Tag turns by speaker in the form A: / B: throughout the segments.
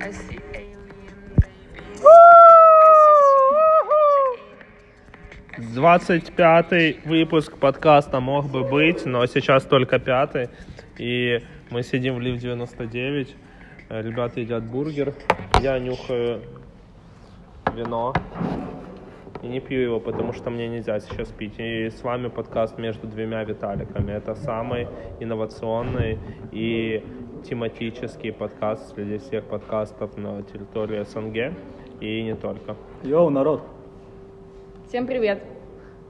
A: I see alien babies. I see
B: 25 выпуск подкаста мог бы быть, но сейчас только пятый. И мы сидим в Лив 99. Э, Ребята едят бургер. Я нюхаю вино. И не пью его, потому что мне нельзя сейчас пить. И с вами подкаст между двумя Виталиками. Это самый инновационный и тематический подкаст среди всех подкастов на территории СНГ. И не только.
C: Йоу, народ.
D: Всем привет.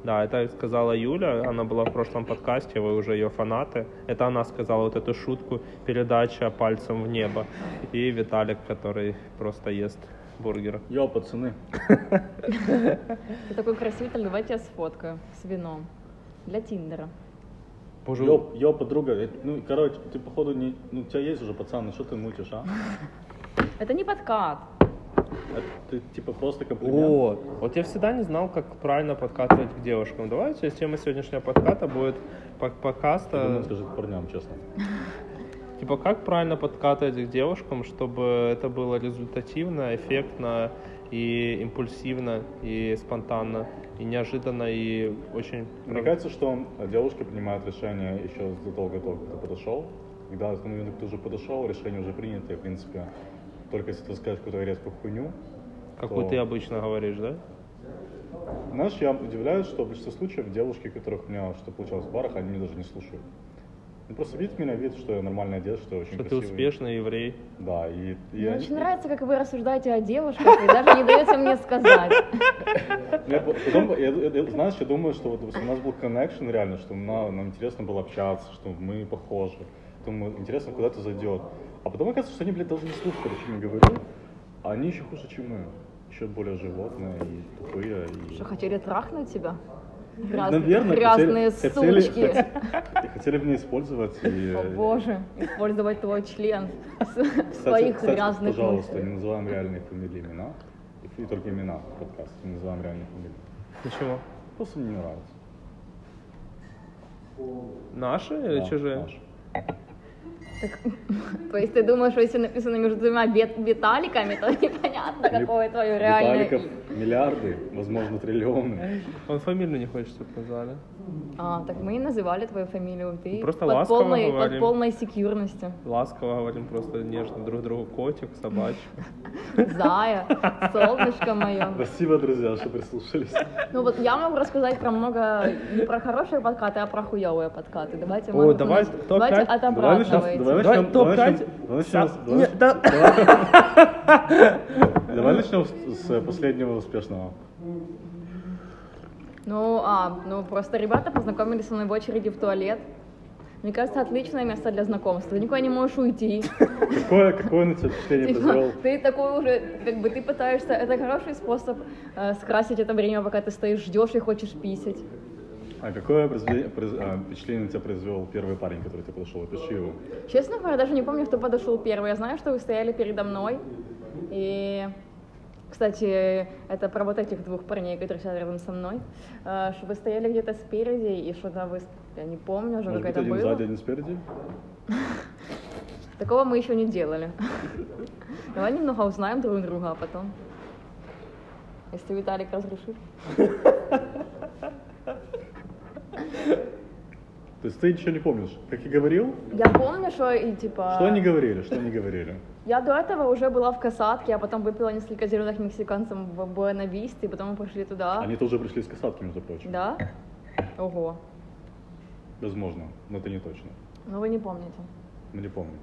B: Да, это сказала Юля, она была в прошлом подкасте, вы уже ее фанаты. Это она сказала вот эту шутку «Передача пальцем в небо». И Виталик, который просто ест бургер.
C: Йоу, пацаны.
D: Ты такой красивый, Виталь, давай я тебя сфоткаю с вином. Для Тиндера.
B: Боже,
C: Йоу, йоу, подруга. э, Ну, короче, ты походу не... Ну, у тебя есть уже пацаны, что ты мутишь, а?
D: Это не подкат.
C: Это ты, типа просто комплимент.
B: вот. Вот я всегда не знал, как правильно подкатывать к девушкам. Давайте тема сегодняшнего подката будет пок-
C: Думаю,
B: подкаста.
C: скажи парням, честно.
B: Ну. Типа, как правильно подкатывать к девушкам, чтобы это было результативно, эффектно и импульсивно, и спонтанно, и неожиданно, и очень...
C: Мне кажется, что э, девушки принимают решение еще задолго до того, как ты подошел. И когда ты момент, как ты уже подошел, решение уже принято, и, в принципе, только если ты скажешь какую-то резкую хуйню,
B: Какую
C: то-
B: ты обычно говоришь, да?
C: Знаешь, я удивляюсь, что в большинстве случаев девушки, которых у меня что получалось в барах, они меня даже не слушают. Они просто видят меня, видят, что я нормально одет, что я очень
B: Что ты
C: красивый.
B: успешный еврей.
C: Да, и... и
D: Мне
C: они-
D: очень нравится, как вы рассуждаете о девушках и даже не даете мне сказать.
C: Я по- потом, я- я- я- знаешь, я думаю, что вот у нас был коннекшн реально, что на- нам интересно было общаться, что мы похожи. Думаю, интересно, куда это зайдет. А потом оказывается, что они, блядь, даже не слушают, о чем я говорю. А они еще хуже, чем мы. Еще более животные и тупые. И...
D: Что, хотели трахнуть тебя? Грязные,
C: Наверное,
D: грязные
C: хотели,
D: сучки.
C: хотели- и хотели меня использовать. И...
D: О боже, использовать твой член с- в
C: Кстати,
D: своих
C: кстати,
D: грязных
C: пожалуйста, не
D: мыслях.
C: называем реальные фамилии имена. И, и только имена в подкасте, не называем реальные фамилии.
B: Почему?
C: Просто мне не нравится.
B: Наши или
C: Да,
B: чужие?
C: наши.
D: То есть ты думаешь, что если написано между двумя вет- Виталиками, то непонятно, какое твое реальное
C: Виталиков
D: имя.
C: миллиарды, возможно, триллионы.
B: Он фамилию не хочет, чтобы назвали.
D: А, так мы и называли твою фамилию. Ты
B: Ну, Просто
D: под,
B: ласково
D: полной, под
B: говорим.
D: полной секьюрностью.
B: Ласково говорим просто нежно друг другу. Котик, собачка.
D: Зая, солнышко мое.
C: Спасибо, друзья, что прислушались.
D: Ну вот я могу рассказать про много, не про хорошие подкаты, а про хуевые подкаты. Давайте,
B: О,
D: может,
B: давай
D: у нас-
B: топ
D: давайте
B: пять.
D: от
C: Давай начнем,
D: обратного
C: давай
D: идти.
B: Давай топ-пять.
C: начнем, давай начнем, давай начнем с- давай
B: Нет, да-
C: начнем- давай начнем с с последнего успешного.
D: Ну, а, ну просто ребята познакомились со мной в очереди в туалет. Мне кажется, отличное место для знакомства. Ты никуда не можешь уйти.
C: Какое, какое на тебя впечатление произвел?
D: Типа, ты такой уже, как бы ты пытаешься, это хороший способ э, скрасить это время, пока ты стоишь, ждешь и хочешь писать.
C: А какое произве- произ- а, впечатление на тебя произвел первый парень, который ты подошел? Опиши его.
D: Честно говоря, даже не помню, кто подошел первый. Я знаю, что вы стояли передо мной. И, кстати, это про вот этих двух парней, которые сидят рядом со мной. Э, Что вы стояли где-то спереди, и что-то вы... Я не помню уже,
C: Может
D: как
C: быть,
D: это
C: один
D: было.
C: сзади, один спереди?
D: Такого мы еще не делали. Давай немного узнаем друг друга, а потом... Если Виталик разрешит.
C: То есть ты ничего не помнишь? Как и говорил?
D: Я помню, что и типа...
C: Что они говорили, что они говорили?
D: Я до этого уже была в касатке, а потом выпила несколько зеленых мексиканцев в Буэнависте, и потом мы пошли туда.
C: Они тоже пришли с касатки, между прочим.
D: А? Да? Ого.
C: Возможно, но это не точно.
D: Ну вы не помните.
C: Мы не помним.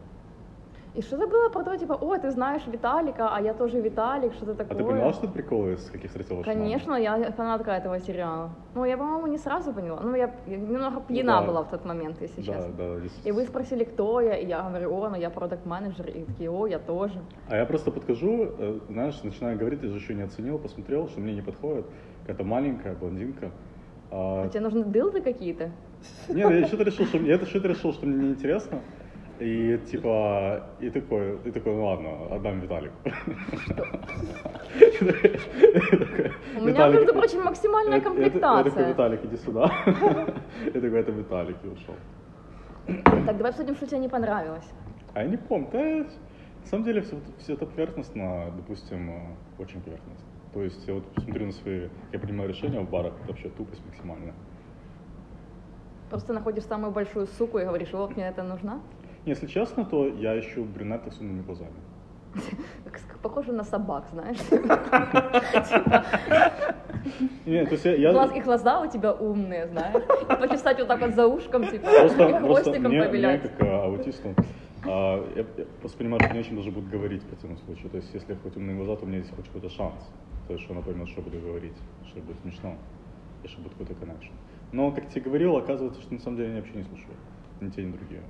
D: И что-то было про то, типа, о, ты знаешь Виталика, а я тоже Виталик, что-то
C: А
D: такое.
C: ты поняла, что это приколы, с каких встретила вашу маму?
D: Конечно, я фанатка этого сериала. Ну, я, по-моему, не сразу поняла. Ну, я, я немного пьяна
C: да.
D: была в тот момент, если
C: Да,
D: честно.
C: да, здесь-
D: И вы спросили, кто я, и я говорю, о, ну я продакт менеджер и такие, о, я тоже.
C: А я просто подкажу, э, знаешь, начинаю говорить, я же еще не оценил, посмотрел, что мне не подходит. Какая-то маленькая блондинка. А,
D: А тебе нужны дылды какие-то?
C: Нет, я что-то решил, что мне- я что-то решил, что мне неинтересно. И типа, и такой, и такой, ну ладно, отдам Виталику.
D: У меня, между прочим, максимальная
C: Я такой,
D: комплектация.
C: Виталик, иди сюда. Я такой, это Виталик, и ушел.
D: Так, давай обсудим, что тебе не понравилось.
C: А я не помню, да, На самом деле все, все это поверхностно, допустим, э, очень поверхностно. То есть я вот смотрю на свои, я принимаю решения в барах, это вообще тупость максимальная.
D: Просто находишь самую большую суку и говоришь, о, мне это нужна.
C: Не, Если честно, то я ищу брюнеток с умными глазами.
D: Как с- Похоже на собак, знаешь.
C: Не, то есть я, я-
D: Глаз- И глаза у тебя умные, знаешь. И почесать вот так вот за ушком, типа, и
C: просто, просто
D: хвостиком
C: мне, мне
D: повилять.
C: как э, аутисту, а, я, я просто понимаю, что не о чем даже будет говорить в противном случае. То есть если хоть умные глаза, то у меня есть хоть какой-то шанс. То есть что она поймет, что я буду говорить, что будет смешно, и что будет какой-то коннекшн. Но, как тебе говорил, оказывается, что на самом деле они вообще не слушают. Ни те, ни другие.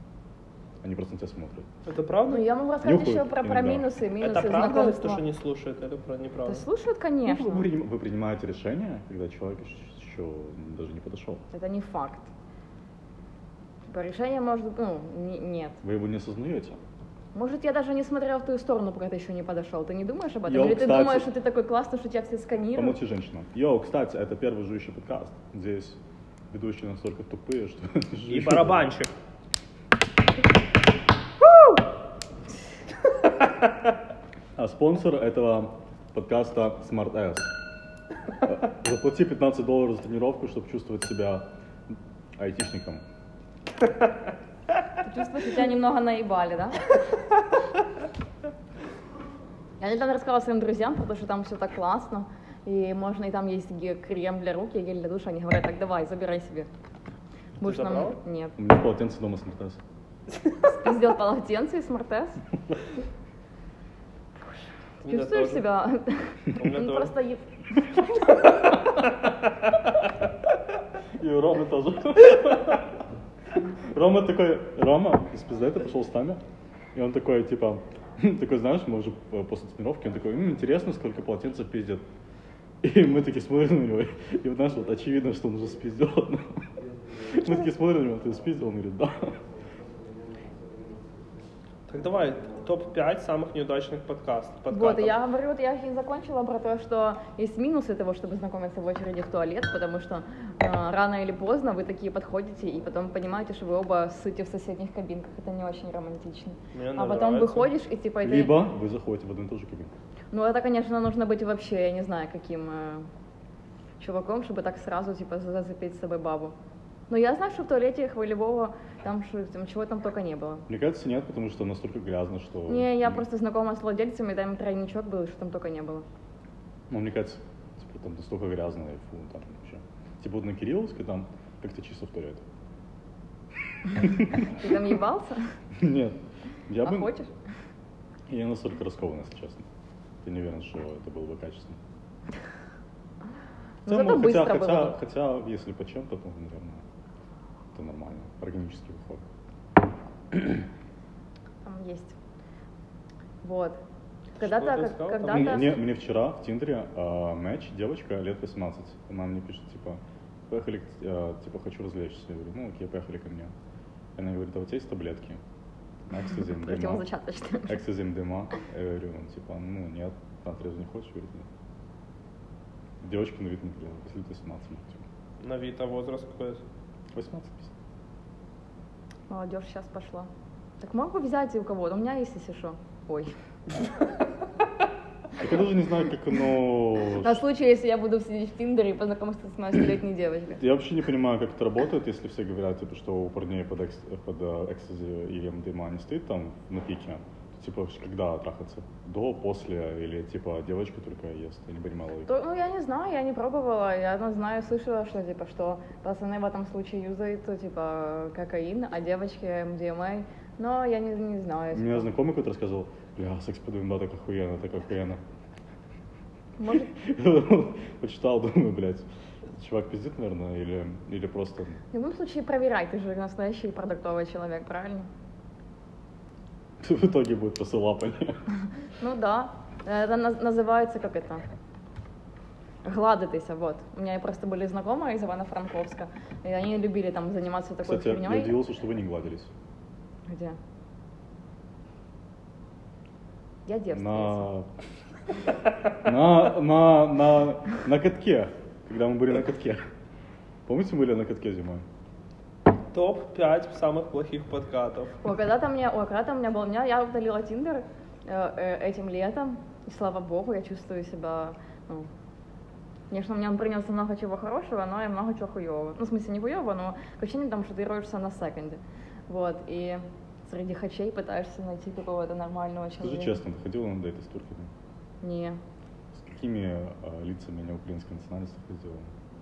C: Они просто на тебя смотрят.
B: Это
D: Ну,
B: правда?
D: я могу рассказать
C: Нюхают
D: еще про, про
C: иногда.
D: минусы, минусы
B: Это правда, то,
D: знакомства.
B: что не слушает, или про-
D: Да
B: неправда?
D: слушают,
C: Ну, Вы,
D: конечно.
C: приним- вы принимаете решение, когда человек еще- еще даже не подошел.
D: Это не факт. Типа, решение может, ну, не- нет.
C: Вы его не осознаете.
D: Может, я даже не смотрела в твою сторону, пока ты еще не подошел. Ты не думаешь об этом?
C: Йоу,
D: Или ты
C: кстати.
D: думаешь, что ты такой классный, что тебя все сканируют?
C: Помолчи, женщина. Йоу, кстати, это первый жующий подкаст. Здесь ведущие настолько тупые, что...
B: И
C: жуют.
B: барабанщик.
C: А спонсор этого подкаста Smart Ass. Э, Заплати 15 долларов за тренировку, чтобы чувствовать себя айтишником.
D: Ты чувствуешь, что тебя немного наебали, да? Я недавно рассказала своим друзьям, потому что там все так классно. И можно, и там есть ге- крем для рук, и гель для душа. Они говорят, так давай, забирай себе. Будешь нам...
B: забрала?
D: Нет.
C: У меня полотенце дома Smart Ass.
D: Спиздил полотенце и смартес.
B: У меня
D: Чувствуешь
B: тоже.
D: себя?
B: У меня
D: Ну,
B: тоже.
D: Просто е-
C: И у Ромы тоже. Рома такой, Рома из пиздета пошел с нами. И он такой, типа, такой, знаешь, мы уже э, после тренировки, он такой, «М, интересно, сколько полотенцев пиздят. И мы такие смотрим на него, и вот, знаешь, вот очевидно, что он уже спиздил одно. Мы такие смотрим на него, ты спиздил? Он говорит, да.
B: Так давай, топ-5 самых неудачных подкаст, подкатов.
D: Вот, и я говорю, вот я и закончила про то, что есть минусы того, чтобы знакомиться в очереди в туалет, потому что э, рано или поздно вы такие подходите и потом понимаете, что вы оба сыте в соседних кабинках, это не очень романтично.
B: Мне
D: а
B: она
D: потом
B: нравится.
D: выходишь и типа... это-
C: Либо вы заходите в одну и ту же кабинку.
D: Ну это, конечно, нужно быть вообще, я не знаю, каким э, чуваком, чтобы так сразу типа за- зацепить с собой бабу. Но я знаю, что в туалете хвалевого там, что- там чего там только не было.
C: Мне кажется, нет, потому что настолько грязно, что...
D: Не, я просто знакома с владельцами, там тройничок был, и что там только не было.
C: Ну, мне кажется, типа, там настолько грязно, и фу, там вообще. Типа вот на Кирилловской там как-то чисто в туалет.
D: Ты там ебался?
C: Нет. Я
D: а
C: бы...
D: хочешь?
C: Я настолько раскован, если честно. Я не уверен, что это было бы качественно. В
D: Ну,
C: целом,
D: зато
C: хотя,
D: быстро
C: хотя,
D: было.
C: хотя, если по чем-то, то, наверное, это нормально. Органический выход.
D: Там есть. Вот. Когда-то,
B: ты
D: как-
B: искала там?
D: когда-то...
C: Мне, мне- мне вчера в Тиндере а, матч, девочка лет 18. Она мне пишет, типа, поехали, к- а, типа, хочу развлечься. Я говорю, ну окей, поехали ко мне. И она говорит, а у тебя есть таблетки? На экстази МДМА.
D: Противозачаточно.
C: Экстази МДМА. Я говорю, он типа, ну нет, на трезвый не хочешь? Говорит, нет. Девочка на вид, ну, блин, если ты 18, ну, типа,
B: На Вита возраст какой
C: 18
D: Молодежь сейчас пошла. Так могу взять и у кого-то? У меня есть, если что. Ой.
C: Так я даже не знаю, как оно...
D: На случай, если я буду сидеть в Тиндере и познакомиться с 18-летней девочкой.
C: Я вообще не понимаю, как это работает, если все говорят, типа, что у парней под, экс... под э, экстази или МДМА не стоит там на пике. Типа, когда трахаться? До, после? Или, типа, девочка только ест? Я не понимаю логики.
D: То- ну, я не знаю, я не пробовала. Я одно знаю, слышала, что, типа, что пацаны в этом случае юзают, то, типа, кокаин, а девочки МДМА. Но я не, не знаю.
C: У меня знакомый какой-то рассказывал, бля, секс под МДМА так охуенно, так охуенно.
D: Может,
C: Почитал, думаю, блядь, чувак пиздит, наверное, или, или просто...
D: в любом случае проверяй, ты же настоящий продуктовый человек, правильно?
C: В итоге будет просто лапание.
D: Ну да, это наз- называется как это? Гладитися, вот. У меня просто были знакомые из Ивано-Франковска, и они любили там заниматься такой
C: Кстати, я
D: херней.
C: удивился, что вы не гладились.
D: Где? Я девственница.
C: На... на... На... На... На катке. Когда мы были на катке. Помните, мы были на катке зимой?
B: Топ-5 самых плохих подкатов.
D: О, когда-то мне, о, когда-то у меня был, у меня, я удалила Тиндер, э, э, этим летом. И слава богу, я чувствую себя, ну, Конечно, мне он принес много чего хорошего, но и много чего хуевого. Ну, в смысле, не хуевого, но к ощущению там, что ты роешься на секунде. Вот, и среди хачей пытаешься найти какого-то нормального человека.
C: Скажи честно, ты ходила на дейты с турками?
D: Не.
C: С какими э, лицами не украинской национальности ходила?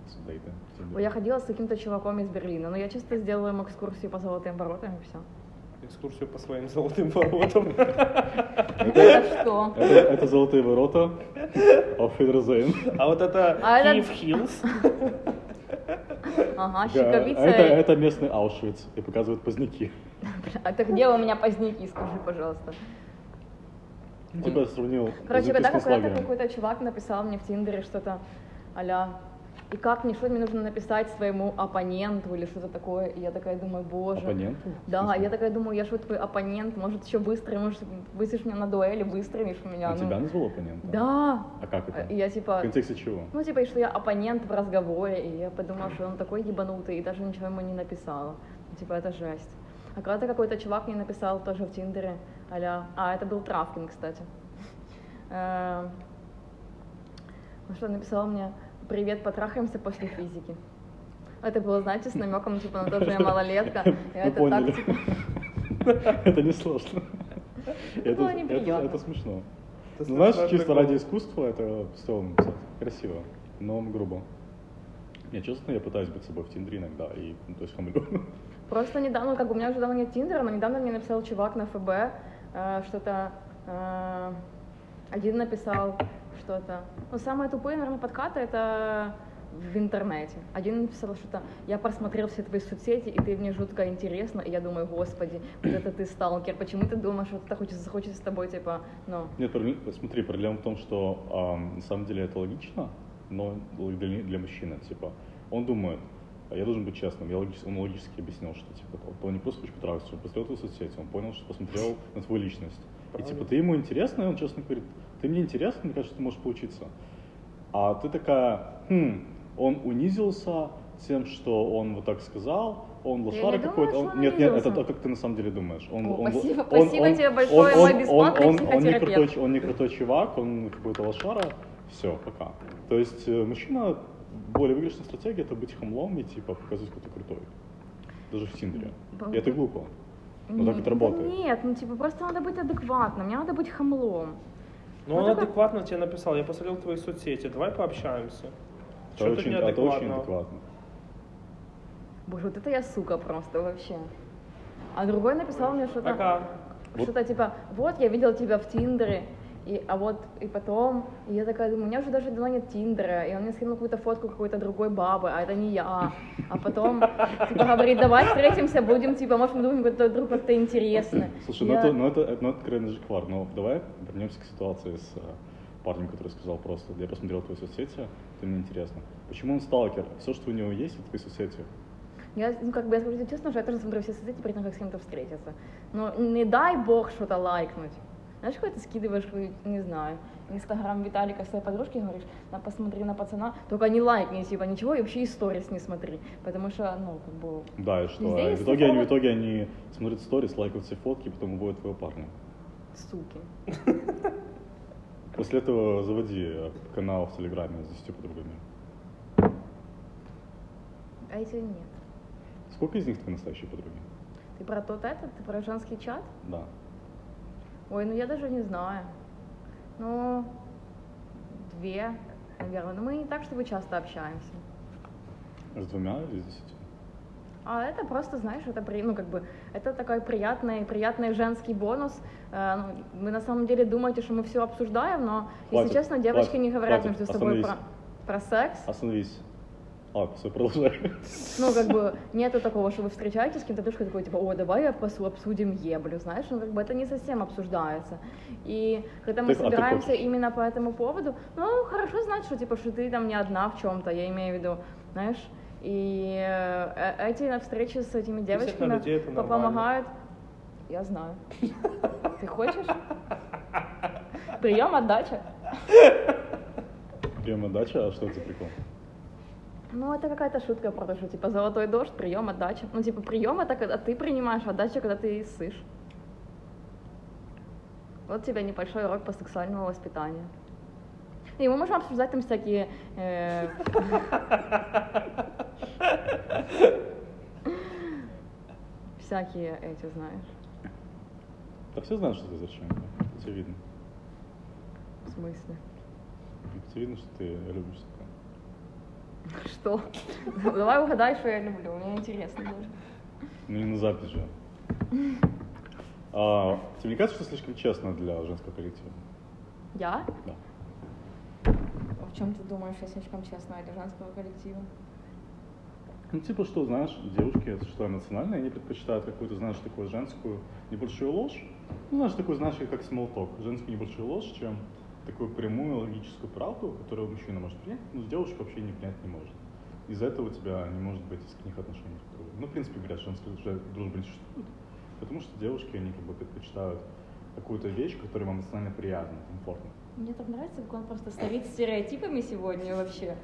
C: С дейты?
D: Ой, Я ходила с каким-то чуваком из Берлина, но я чисто сделала им экскурсию по золотым воротам и все.
B: Экскурсию по своим золотым воротам.
D: Это что?
C: Это, это «Золотые ворота», «Auf Wiedersehen».
B: А вот это
D: А это-
B: Киев Хиллз.
D: Ага,
C: Да, это,
D: щитовица.
C: это местный Аушвиц, и показывают поздняки.
D: Это где у А меня поздняки, скажи, пожалуйста.
C: Тебя Типа сравнил
D: Короче, когда
C: с
D: какой-то,
C: лагерем.
D: какой-то чувак написал мне в Тиндере что-то а и как мне, что мне нужно написать своему оппоненту или что-то такое. И я такая думаю, боже.
C: Оппоненту? В
D: Да,
C: смысле?
D: я такая думаю, я же вот твой оппонент, может, еще быстро, может, высишь меня на дуэли, выстрелишь в меня.
C: Он
D: ну.
C: тебя назвал оппонентом?
D: Да.
C: А как это?
D: И я типа,
C: В контексте чего?
D: ну типа, и что я оппонент в разговоре, и я подумала, что он такой ебанутый, и даже ничего ему не написала. Ну, Типа, это жесть. А когда-то какой-то чувак мне написал тоже в Тиндере, а А, это был Травкин, кстати. Эм, Ну что, он написал мне, привет, потрахаемся после физики. Это было, знаете, с намеком, типа, на то, что я малолетка. И
C: Мы
D: это так,
C: поняли.
D: типа,
C: Это не сложно.
D: было
C: это,
D: Ну, неприятно.
C: это смешно.
B: Это
C: Ну, знаешь,
B: смешно,
C: чисто
B: прикол.
C: ради искусства это в целом кстати, красиво, но грубо. Я честно, я пытаюсь быть собой в Тиндере иногда, и ну, то есть хамлю.
D: Просто недавно, как бы у меня уже давно нет Тиндера, но недавно мне написал чувак на ФБ, э, что-то... э, один написал что-то. Ну, самые тупые, наверное, подкаты — это в интернете. Один написал что-то, я просмотрел все твои соцсети, и ты мне жутко интересно, и я думаю, господи, вот это ты сталкер, почему ты думаешь, что кто-то хочет, захочет с тобой, типа, ну,
C: Нет, проблем- смотри, проблема в том, что ам, на самом деле это логично, но для, для мужчины, типа, он думает, «А я должен быть честным, я логически, он логически объяснил, что типа вот он не просто хочет потрахаться, он посмотрел твою соцсеть, он понял, что посмотрел на твою личность. И типа ты ему интересна, и он честно говорит, ты мне интересна, мне кажется, ты можешь поучиться. А ты такая, «Хм, он унизился тем, что он вот так сказал, он
D: Я не
C: лошара
D: думала,
C: какой-то.
D: что
C: он-
D: он
C: Нет, нет, это
D: унизился.
C: то, как ты на самом деле думаешь. Он,
D: О,
C: Ну, он-
D: спасибо,
C: он-
D: спасибо
C: он-
D: тебе большое,
C: он-
D: мой
C: он-
D: бесплатный
C: он- он не
D: психотерапевт.
C: крутой он не крутой чувак, он какой-то лошара, все, пока. То есть э, мужчина, более выигрышная стратегия, это быть хамлом и типа показывать, какой ты крутой. Даже в Тиндере. И это глупо. Но так
D: нет,
C: это работает.
D: Нет, ну, типа, просто надо быть адекватным, мне надо быть хамлом.
B: Ну,
D: Ну,
B: он
D: такой-
B: адекватно тебе написал, я посмотрел твои соцсети, давай пообщаемся.
C: Это
B: Чё тут
C: а очень, это
B: неадекватного?
C: очень адекватно.
D: Боже, вот это я сука просто вообще. А другой написал мне что-то...
B: Так, а
C: Вот.
D: Что-то типа, вот я видела тебя в Тиндере, и, а вот и потом, и я такая думаю, у меня уже даже давно нет Тиндера, и он мне скинул какую-то фотку какой-то другой бабы, а это не я. А потом, типа, говорит, давай встретимся, будем, типа, может, мы думаем, что друг как-то интересно.
C: Слушай,
D: Я-
C: ну это, ну это, это- ну это крайне жиквар, но давай вернемся к ситуации с э, парнем, который сказал просто, я посмотрел твои соцсети, ты мне интересно. Почему он сталкер? Все, что у него есть, это твои соцсети.
D: Я, ну, как бы, я скажу тебе честно, что я тоже смотрю все соцсети, перед тем, как с кем-то встретиться. Но не дай бог что-то лайкнуть. Знаешь, когда ты скидываешь, какую- не знаю, инстаграм Виталика своей подружки и говоришь, на, посмотри на пацана, только не лайкни, типа, ничего, и вообще и сторис не смотри. Потому что, ну, как бы,
C: Да, и что?
D: Везде
C: э,
D: есть
C: в, итоге они, в
D: инфоповод.
C: итоге они смотрят сторис, лайкают все фотки, потом уводят твоего парня.
D: суки.
C: После этого заводи э, канал в Телеграме с 10 подругами.
D: А эти нет.
C: Сколько из них твои настоящие подруги?
D: Ты про тот этот, ты про женский чат?
C: Да.
D: Ой, ну я даже не знаю. Ну, две, наверное. Но мы не так, чтобы часто общаемся.
C: С двумя или с десятью?
D: А это просто, знаешь, это при- ну, как бы, это такой приятный, приятный женский бонус. Э, ну, Вы на самом деле думаете, что мы все обсуждаем, но,
C: Хватит,
D: если честно, девочки
C: хватит,
D: не говорят
C: хватит,
D: между собой про,
C: остановись.
D: про секс.
C: Остановись. А, все, продолжай.
D: Ну, как бы, нету такого, что вы встречаетесь с кем-то девушкой такой, типа, о, давай я посу- обсудим еблю, знаешь, ну, как бы это не совсем обсуждается. И когда мы
C: Так, а ты
D: собираемся
C: хочешь?
D: именно по этому поводу, ну, хорошо знать, что, типа, что ты там не одна в чем-то, я имею в виду, знаешь, и э, э, эти встречи с этими девочками
B: людей это
D: по-
B: нормально.
D: помогают. Я знаю. Ты хочешь? Прием отдача.
C: Прямо дача, а что это за прикол?
D: Ну, это какая-то шутка про то, что типа золотой дождь, прием, отдача. Ну, типа, прием это когда ты принимаешь, отдача, когда ты сышь. Вот тебе небольшой урок по сексуальному воспитанию. И мы можем обсуждать там всякие... э, всякие эти, знаешь,
C: Да все знают, что ты зачем. Все видно.
D: в смысле.
C: Все видно, что ты любишь такое.
D: Что? Давай угадай, что я люблю. Мне интересно даже.
C: Ну не на запись же. А, тебе не кажется, что слишком честно для женского коллектива?
D: Я?
C: Да.
D: А В чем ты думаешь, я слишком честная для женского коллектива?
C: Ну, типа, что, знаешь, девушки, это что, эмоциональные, они предпочитают какую-то, знаешь, такую женскую небольшую ложь. Ну, знаешь, такую, знаешь, как смолток. Женскую небольшую ложь, чем такую прямую логическую правду, которую мужчина может принять, но девушка вообще не принять не может. Из-за этого у тебя не может быть искренних отношений друг к другу. Ну, в принципе, говорят, женская дружба- дружба не существует, потому что девушки, они как бы предпочитают какую-то вещь, которая вам эмоционально приятна, комфортна.
D: Мне так нравится, как он просто стоит стереотипами сегодня вообще.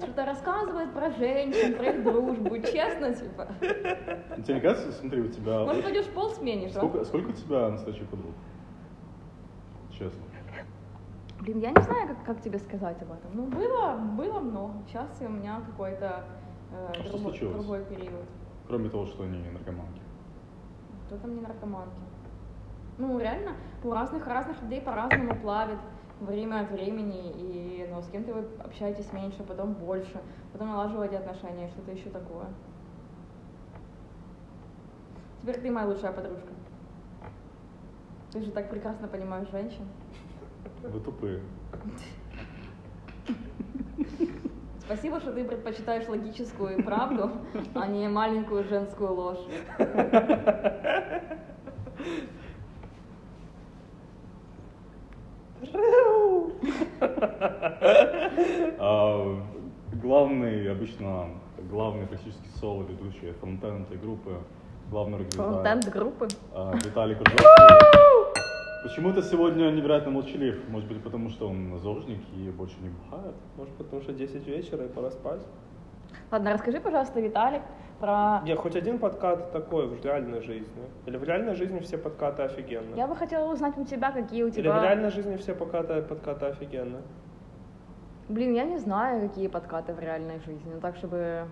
D: Что-то рассказывает про женщин, про их дружбу, честно, типа.
C: Ну, Тебе не кажется, смотри, у тебя...
D: Может, пойдешь пол сменишь,
C: А
D: а?
C: Сколько, сколько у тебя настоящих подруг? Честно.
D: Блин, я не знаю, как, как тебе сказать об этом. Ну, было, было много. Сейчас у меня какой-то э,
C: А что
D: другой,
C: случилось?
D: другой период.
C: Кроме того, что они наркоманки.
D: Кто там не наркоманки? Ну, реально, у разных разных людей по-разному плавит время от времени, и ну, с кем-то вы общаетесь меньше, потом больше, потом налаживаете отношения, что-то еще такое. Теперь ты моя лучшая подружка. Ты же так прекрасно понимаешь женщин.
C: Вы тупые.
D: Спасибо, что ты предпочитаешь логическую правду, а не маленькую женскую ложь.
C: А, главный, обычно, главный практически соло ведущий фронтенд этой группы, главный
D: Контент
C: организатор
D: группы.
C: а, Виталий Кружовский. Почему-то сегодня невероятно молчалив. Может быть, потому что он зожник и больше не бухает.
B: Может, потому что 10 вечера и пора спать?
D: Ладно, расскажи, пожалуйста, Виталик, про
B: Не, хоть один подкат такой в реальной жизни. Или в реальной жизни все подкаты офигенно.
D: Я типа бы хотела узнать у тебя, какие у
B: Или в
D: тебя...
B: реальной жизни все подкаты, подкаты офигенно.
D: Блин, я не знаю, какие подкаты в реальной жизни, ну так, чтобы...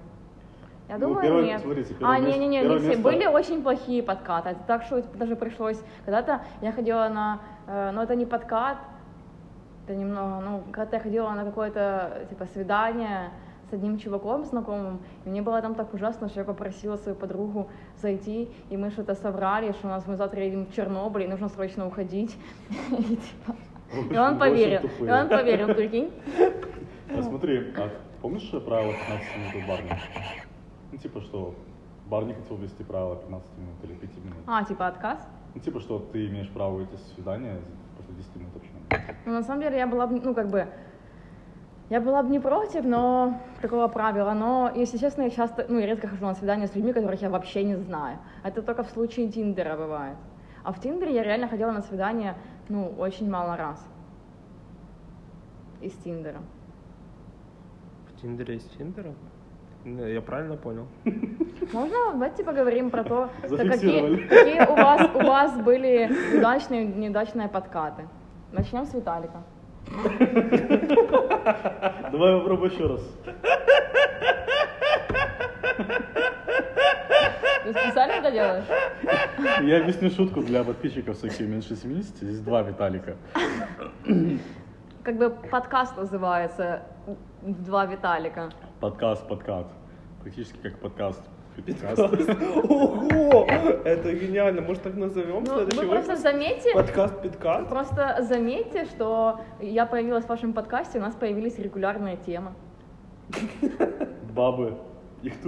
D: Я
C: Ну,
D: думаю,
C: первое-
D: нет.
C: смотрите, первое
D: а,
C: место-
D: не-не-не,
C: первое
D: не все.
C: место-
D: Были очень плохие подкаты, это так, что это даже пришлось... Когда-то я ходила на... э, ну, это не подкат, это немного... Ну, когда-то я ходила на какое-то, типа, свидание с одним чуваком знакомым, и мне было там так ужасно, что я попросила свою подругу зайти, и мы что-то соврали, что у нас мы завтра едем в Чернобыль, и нужно срочно уходить. И, типа,
C: Вы
D: И
C: очень
D: он поверил,
C: тупые.
D: и он поверил, прикинь?
C: А смотри, а помнишь правило 15 минут у барни? Ну, типа, что барни хотел ввести правило 15 минут или 5 минут.
D: А, типа отказ?
C: Ну, типа, что ты имеешь право уйти с свидания за- после 10 минут общения.
D: Ну, на самом деле, я была бы, ну, как бы, я была бы не против, но такого правила. Но, если честно, я часто, ну, я редко хожу на свидания с людьми, которых я вообще не знаю. Это только в случае Тиндера бывает. А в Тиндере я реально ходила на свидание, ну, очень мало раз. Из Тиндера.
B: В Тиндере из Тиндера? Не, Я правильно понял?
D: Можно давайте поговорим про то, да
C: Зафиксировали.
D: какие, какие у, вас, у вас были удачные и неудачные подкаты. Начнем с Виталика.
C: Давай попробуй еще раз.
D: Ты специально это делаешь?
C: Я объясню шутку для подписчиков всяких меньше 70. Здесь два Виталика.
D: Как бы подкаст называется «Два Виталика».
C: Подкаст, подкат. Практически как подкаст. Подкаст.
B: Ого! Это гениально! Может, так назовем
D: Ну, вы
B: следующий
D: просто
B: выпуск?
D: заметьте,
B: Подкаст Питкат?
D: просто заметьте, что я появилась в вашем подкасте, у нас появились регулярные темы.
C: Бабы. Их